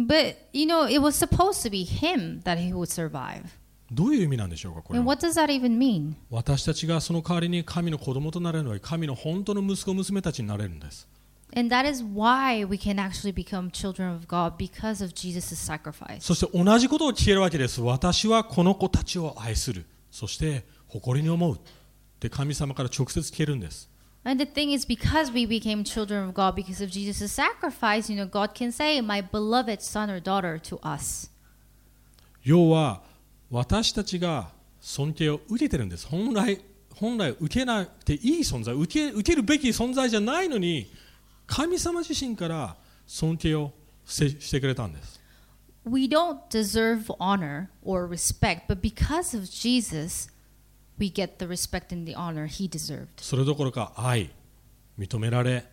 Speaker 2: But you know, it was supposed to be him that he would survive.
Speaker 1: どういう意味なんでしょうかこれ
Speaker 2: And
Speaker 1: は
Speaker 2: what does that even mean?
Speaker 1: 私たちがその代わりに神の子供となれるのは神の本当の息子娘たちになれるんです
Speaker 2: And that is why we can actually become children of God because of Jesus' sacrifice.
Speaker 1: そして同じことを聞けるわけです。私はこの子たちを愛する。そして誇りに思う。って神様から直接聞けるんです。
Speaker 2: And the thing is, because we became children of God because of Jesus' sacrifice, you know, God can say, My beloved son or daughter to us.
Speaker 1: 要は私たちが尊敬を受けてるんです。本来、本来受けなくていい存在、受け受けるべき存在じゃないのに、神様自身から尊敬をせしてくれたんです。
Speaker 2: We don't deserve honor or respect, but because of Jesus, we get the respect and the honor he deserved.
Speaker 1: それどころか愛、認められ、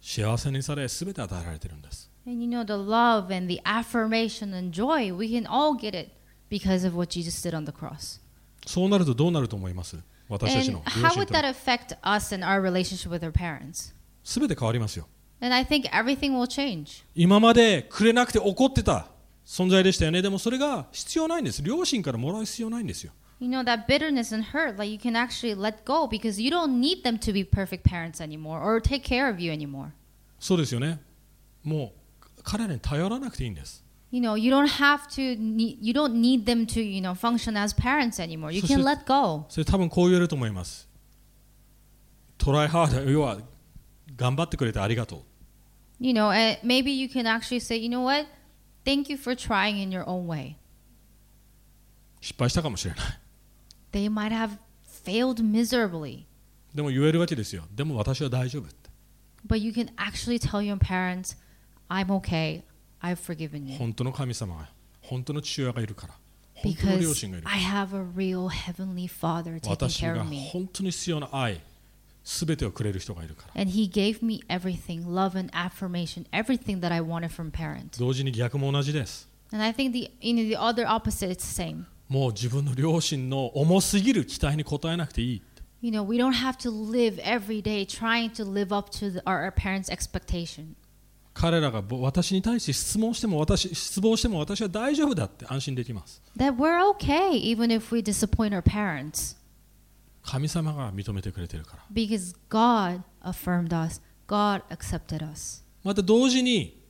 Speaker 1: 幸せにされ、全て与えられてるんです。
Speaker 2: And you know, the love and the affirmation and joy, we can all get it because of what Jesus did on the cross.
Speaker 1: そうなるとどうなると思います私たち
Speaker 2: And
Speaker 1: の両
Speaker 2: how
Speaker 1: 親
Speaker 2: would
Speaker 1: と
Speaker 2: that affect us and our relationship with our parents?
Speaker 1: すべて変わりますよ
Speaker 2: And I think everything will change.
Speaker 1: 今までくれなくて怒ってた存在でしたよねでもそれが必要ないんです両親からもらう必要ないんですよ
Speaker 2: You know, that bitterness and hurt, like you can actually let go because you don't need them to be perfect parents anymore or take care of you anymore.
Speaker 1: そうですよねもう彼らに頼らなくていいんです
Speaker 2: you know, you don't have to, ne- you don't need them to, you know, function as parents anymore. You can
Speaker 1: So-
Speaker 2: let go.
Speaker 1: それ多分こう言えると思いますトライハード要は頑張ってくれてありがとう
Speaker 2: You know, eh, maybe you can actually say, you know what? Thank you for trying in your own way.
Speaker 1: 失敗したかもしれない
Speaker 2: They might have failed miserably,
Speaker 1: でも言えるわけですよでも私は大丈夫って
Speaker 2: but you can actually tell your parents, I'm okay. I've forgiven you
Speaker 1: 本当の神様が本当の父親がいるから本当の両
Speaker 2: because
Speaker 1: 親がいる
Speaker 2: I have a real heavenly father taking
Speaker 1: 私
Speaker 2: care
Speaker 1: が
Speaker 2: of me.
Speaker 1: 本当に必要な愛全てをくれる人がいるから
Speaker 2: And he gave me everything love and affirmation, everything that I wanted from parents.
Speaker 1: 同時に逆も同じです
Speaker 2: And I think the, in the other opposite, it's the same.
Speaker 1: もう自分の両親の重すぎる期待に応えなくていい
Speaker 2: You know, we don't have to live every day trying to live up to the, our, our parents' expectation.
Speaker 1: 彼らがぼ私に対して質問しても私失望しても私は大丈夫だって安心できます
Speaker 2: That we're okay even if we disappoint our parents
Speaker 1: 神様が認めてくれてるから
Speaker 2: because God affirmed us, God accepted us.
Speaker 1: また同時に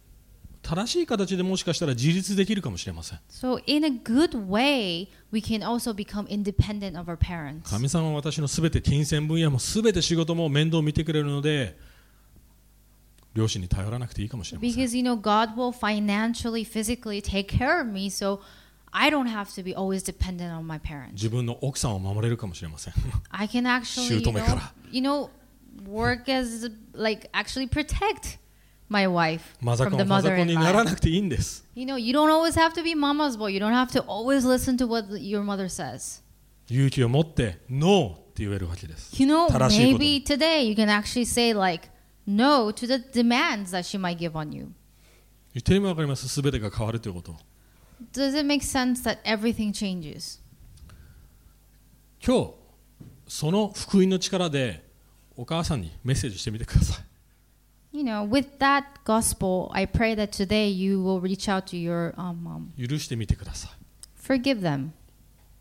Speaker 1: 正しい形でもしかしたら自立できるかもしれません
Speaker 2: So, in a good way, we can also become independent of our parents.
Speaker 1: 神様は私のすべて金銭分野もすべて仕事も面倒を見てくれるので両親に頼らなくていいかもしれません
Speaker 2: Because you know God will financially, physically take care of me, so I don't have to be always dependent on my parents.
Speaker 1: 自分の奥さんを守れるかもしれませ
Speaker 2: (laughs)
Speaker 1: ん
Speaker 2: I can actually, you know,
Speaker 1: 姑から。
Speaker 2: you know, work as like actually protect my wife
Speaker 1: マザ
Speaker 2: from
Speaker 1: コ
Speaker 2: the
Speaker 1: ンマ
Speaker 2: mother
Speaker 1: ザコン
Speaker 2: in
Speaker 1: になら
Speaker 2: law.
Speaker 1: なくていいんです
Speaker 2: You know, you don't always have to be mama's boy. You don't have to always listen to what your mother says.
Speaker 1: 勇気を持ってノーって言えるわけです
Speaker 2: You know,
Speaker 1: 正しいこと
Speaker 2: maybe today you can actually say like no to the demands that she might give on you.
Speaker 1: 言ってる意味わかりますすべてが変わるということ
Speaker 2: Does it make sense that everything changes?
Speaker 1: 今日その福音の力でお母さんにメッセージしてみてください
Speaker 2: You know, with that gospel, I pray that today you will reach out to your um, mom.
Speaker 1: 許してみてください
Speaker 2: Forgive them.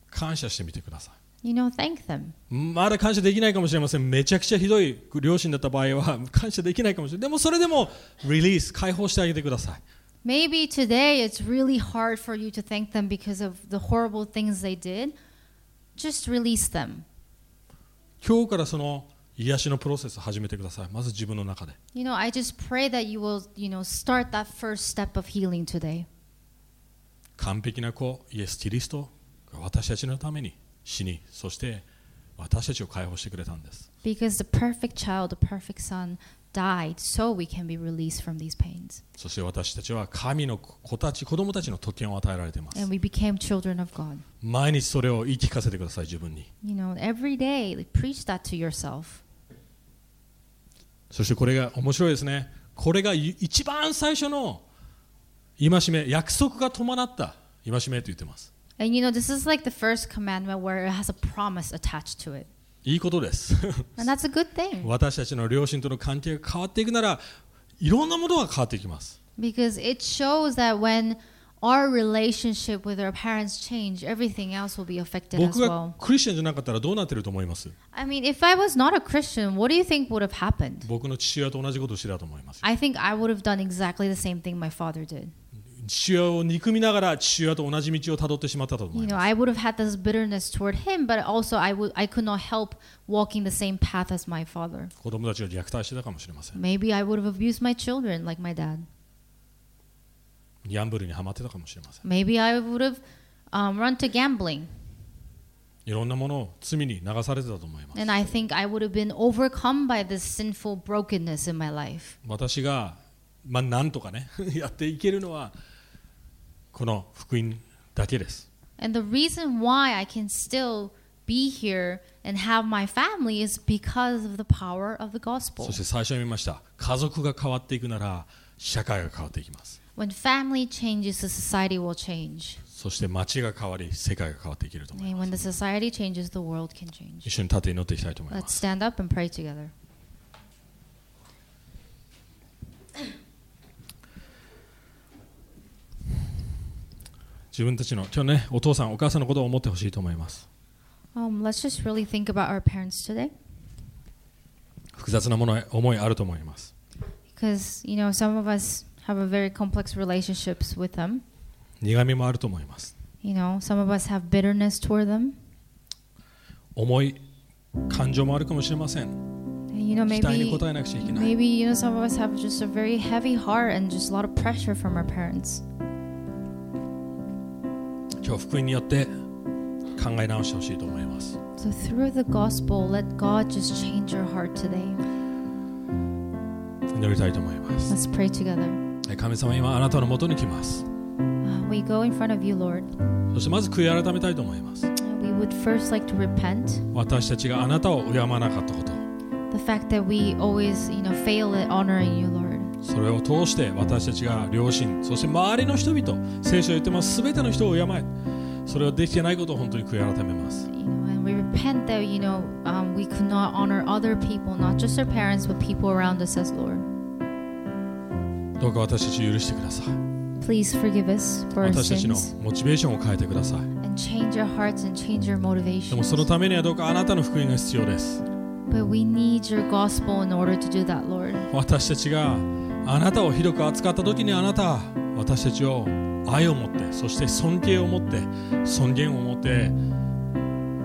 Speaker 1: 感謝してみてくださ
Speaker 2: You know, thank them.
Speaker 1: いまだ感謝できないかもしれませんめちゃくちゃひどい両親だった場合は (laughs) 感謝できないかもしれないでもそれでもリリース解放してあげてください
Speaker 2: Maybe today it's really hard for you to thank them because of the horrible things they did. Just release them.
Speaker 1: 今日からその癒しのプロセスを始めてくださいまず自分の中で
Speaker 2: You know, I just pray that you will, you know, start that first step of healing today.
Speaker 1: 完璧な子イエス・キリストが私たちのために死にそして私たちを解放してくれたんです
Speaker 2: Because the perfect child, the perfect son died so we can be released from these pains.
Speaker 1: そして私たちは神の子たち子供たちの特権を与えられています
Speaker 2: And we became children of God.
Speaker 1: 毎日それを言い聞かせてください自分に
Speaker 2: You know, every day, like, preach that to yourself.
Speaker 1: そしてこれが面白いですねこれがい一番最初の戒め約束が伴った戒めと言ってます
Speaker 2: And you know, this is like the first commandment where it has a promise attached to it.
Speaker 1: いいことです
Speaker 2: (laughs) And that's a good thing
Speaker 1: 私たちの両親との関係が変わっていくならいろんなものが変わっていきます
Speaker 2: because it shows that when our relationship with our parents change, everything else will be affected as
Speaker 1: 僕が
Speaker 2: well.
Speaker 1: クリスチャンじゃなかったらどうなってると思います
Speaker 2: I mean, if I was not a Christian, what do you think would have happened?
Speaker 1: 僕の父親と同じことをしてたと思います
Speaker 2: I think I would have done exactly the same thing my father did.
Speaker 1: 父親を憎みながら父親と同じ道をたどってしまったと思
Speaker 2: You
Speaker 1: い
Speaker 2: know,
Speaker 1: ます
Speaker 2: I would have had this bitterness toward him, but also I would I could not help walking the same path as my father.
Speaker 1: 子供たちを虐待してたかもしれません
Speaker 2: Maybe I would have abused my children like my dad.
Speaker 1: ギャンブルにはまってたかもしれません
Speaker 2: Maybe I would have um, run to gambling.
Speaker 1: いろんなものを罪に流されてたと思います
Speaker 2: And I think I would have been overcome by this sinful brokenness in my life.
Speaker 1: 私が、まあ、なんとかね (laughs) やっていけるのはこの福音だけです
Speaker 2: And the reason why I can still be here and have my family is because of the power of the
Speaker 1: そ
Speaker 2: gospel.
Speaker 1: して最初に見ました家族が変わっていくなら社会が変わっていきます
Speaker 2: When family changes, the society will change.
Speaker 1: そして街が変わり世界が変わっていけると思い
Speaker 2: And
Speaker 1: ます
Speaker 2: when the society changes, the world can change.
Speaker 1: 一緒に立って祈っていきたいと思いま
Speaker 2: Let's
Speaker 1: す
Speaker 2: stand up and pray together.
Speaker 1: 自分たちの今日ねお父さんお母さんのことを思ってほしいと思います
Speaker 2: Um, let's just really think about our parents today.
Speaker 1: 複雑なもの思いあると思います
Speaker 2: Because, you know, some of us have a very complex relationships with them.
Speaker 1: 苦みもあると思います
Speaker 2: You know, some of us have bitterness toward them.
Speaker 1: 重い感情もあるかもしれません
Speaker 2: And, you know,
Speaker 1: 期待に
Speaker 2: maybe
Speaker 1: 応えなくちゃいけない
Speaker 2: maybe you know some of us have just a very heavy heart and just a lot of pressure from our parents.
Speaker 1: 今日福音によって考え直してほしいと思います
Speaker 2: So through the gospel, let God just change your heart today.
Speaker 1: 祈りたいと思います
Speaker 2: Let's pray together.
Speaker 1: え神様今あなたのもとに来ます
Speaker 2: Uh, we go in front of you, Lord.
Speaker 1: そしてまず悔い改めたいと思います
Speaker 2: Uh, We would first like to repent
Speaker 1: 私たちがあなたを敬わなかったこと
Speaker 2: the fact that we always, you know, fail at honoring you, Lord.
Speaker 1: それを通して私たちが両親そして周りの人々聖書を言ってます全ての人を敬えそれをできてないことを本当に悔い改めます
Speaker 2: You know, and we repent that you know um, we could not honor other people, not just our parents, but people around us as Lord.
Speaker 1: どうか私たちを許してください
Speaker 2: Please forgive us for our
Speaker 1: 私たちの
Speaker 2: sins
Speaker 1: モチベーションを変えてください
Speaker 2: and change our hearts and change
Speaker 1: で
Speaker 2: our
Speaker 1: も
Speaker 2: motivation.
Speaker 1: そのためにはどうかあなたの福音が必要です
Speaker 2: But we need your gospel in order to do that, Lord.
Speaker 1: 私たちがあなたをひどく扱った時にあなたは私たちを愛を持ってそして尊敬を持って尊厳を持って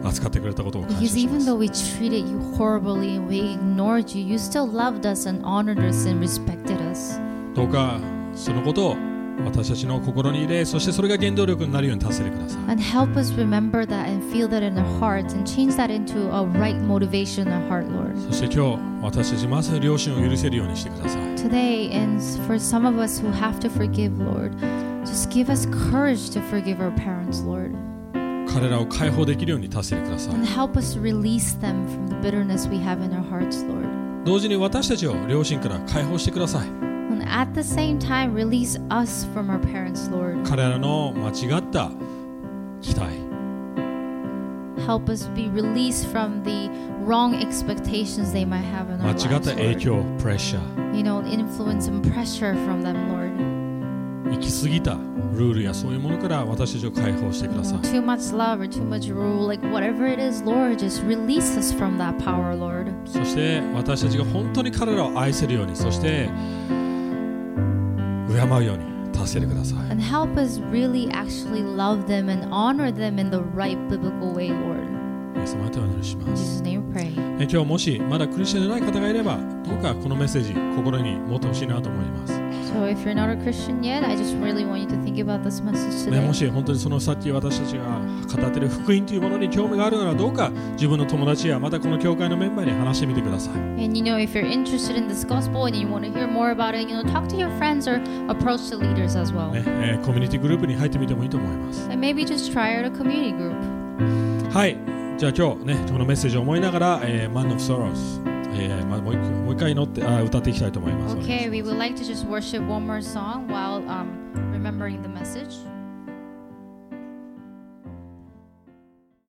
Speaker 1: 扱ってくれたことを感謝
Speaker 2: Because
Speaker 1: しま
Speaker 2: even
Speaker 1: す
Speaker 2: though we treated you horribly and we ignored you, you still loved us and honored us and respected us.
Speaker 1: どうかそのことを私たちの心に入れそしてそれが原動力になるように達成ください
Speaker 2: And help us remember that and feel that in our hearts and change that into a right motivation in our heart, Lord.
Speaker 1: そして今日私たちまず両親を許せるようにしてください
Speaker 2: Today, and for some of us who have to forgive, Lord, just give us courage to forgive our parents, Lord,
Speaker 1: 彼らを解放できるように達成ください
Speaker 2: and help us release them from the bitterness we have in our hearts, Lord.
Speaker 1: 同時に私たちを両親から解放してください
Speaker 2: And at the same time, release us from our parents, Lord.
Speaker 1: 彼らの間違った期待
Speaker 2: Help us be released from the wrong expectations they might have in
Speaker 1: 間
Speaker 2: our
Speaker 1: 違った影
Speaker 2: lives, Lord.
Speaker 1: 響プレッシャー
Speaker 2: You know, influence and pressure from them, Lord.
Speaker 1: 行き過ぎたルールやそういうものから私たちを解放してください
Speaker 2: Too much love or too much rule, like whatever it is, Lord, just release us from that power, Lord.
Speaker 1: そして私たちが本当に彼らを愛せるようにそして敬うように達成ください
Speaker 2: and help us really actually love them and honor them in the right biblical way, Lord.
Speaker 1: イエス様にお祈りしま
Speaker 2: In
Speaker 1: す
Speaker 2: Jesus' name we pray.
Speaker 1: え今日もしまだクリスチャンじゃない方がいればどうかこのメッセージ心に持ってほしいなと思います
Speaker 2: So if you're not a Christian yet, I just really want you to think about this message
Speaker 1: ね
Speaker 2: today.
Speaker 1: もし本当にそのさっき私たちが語っている福音というものに興味があるならどうか自分の友達やまたこの教会のメンバーに話してみてください
Speaker 2: And you know, if you're interested in this gospel and you want to hear more about it, you know, talk to your friends or approach the leaders as well.
Speaker 1: ね、えーコミュニティグループに入ってみてもいいと思います。
Speaker 2: And maybe just try out a community group.
Speaker 1: はい、じゃあ今日ね、このメッセージを思いながら、えー、Man of Sorrows、えーまあ、もう一回もう一回祈ってあー歌っていきたいと思います。
Speaker 2: Okay, we would like to just worship one more song while um, remembering the message.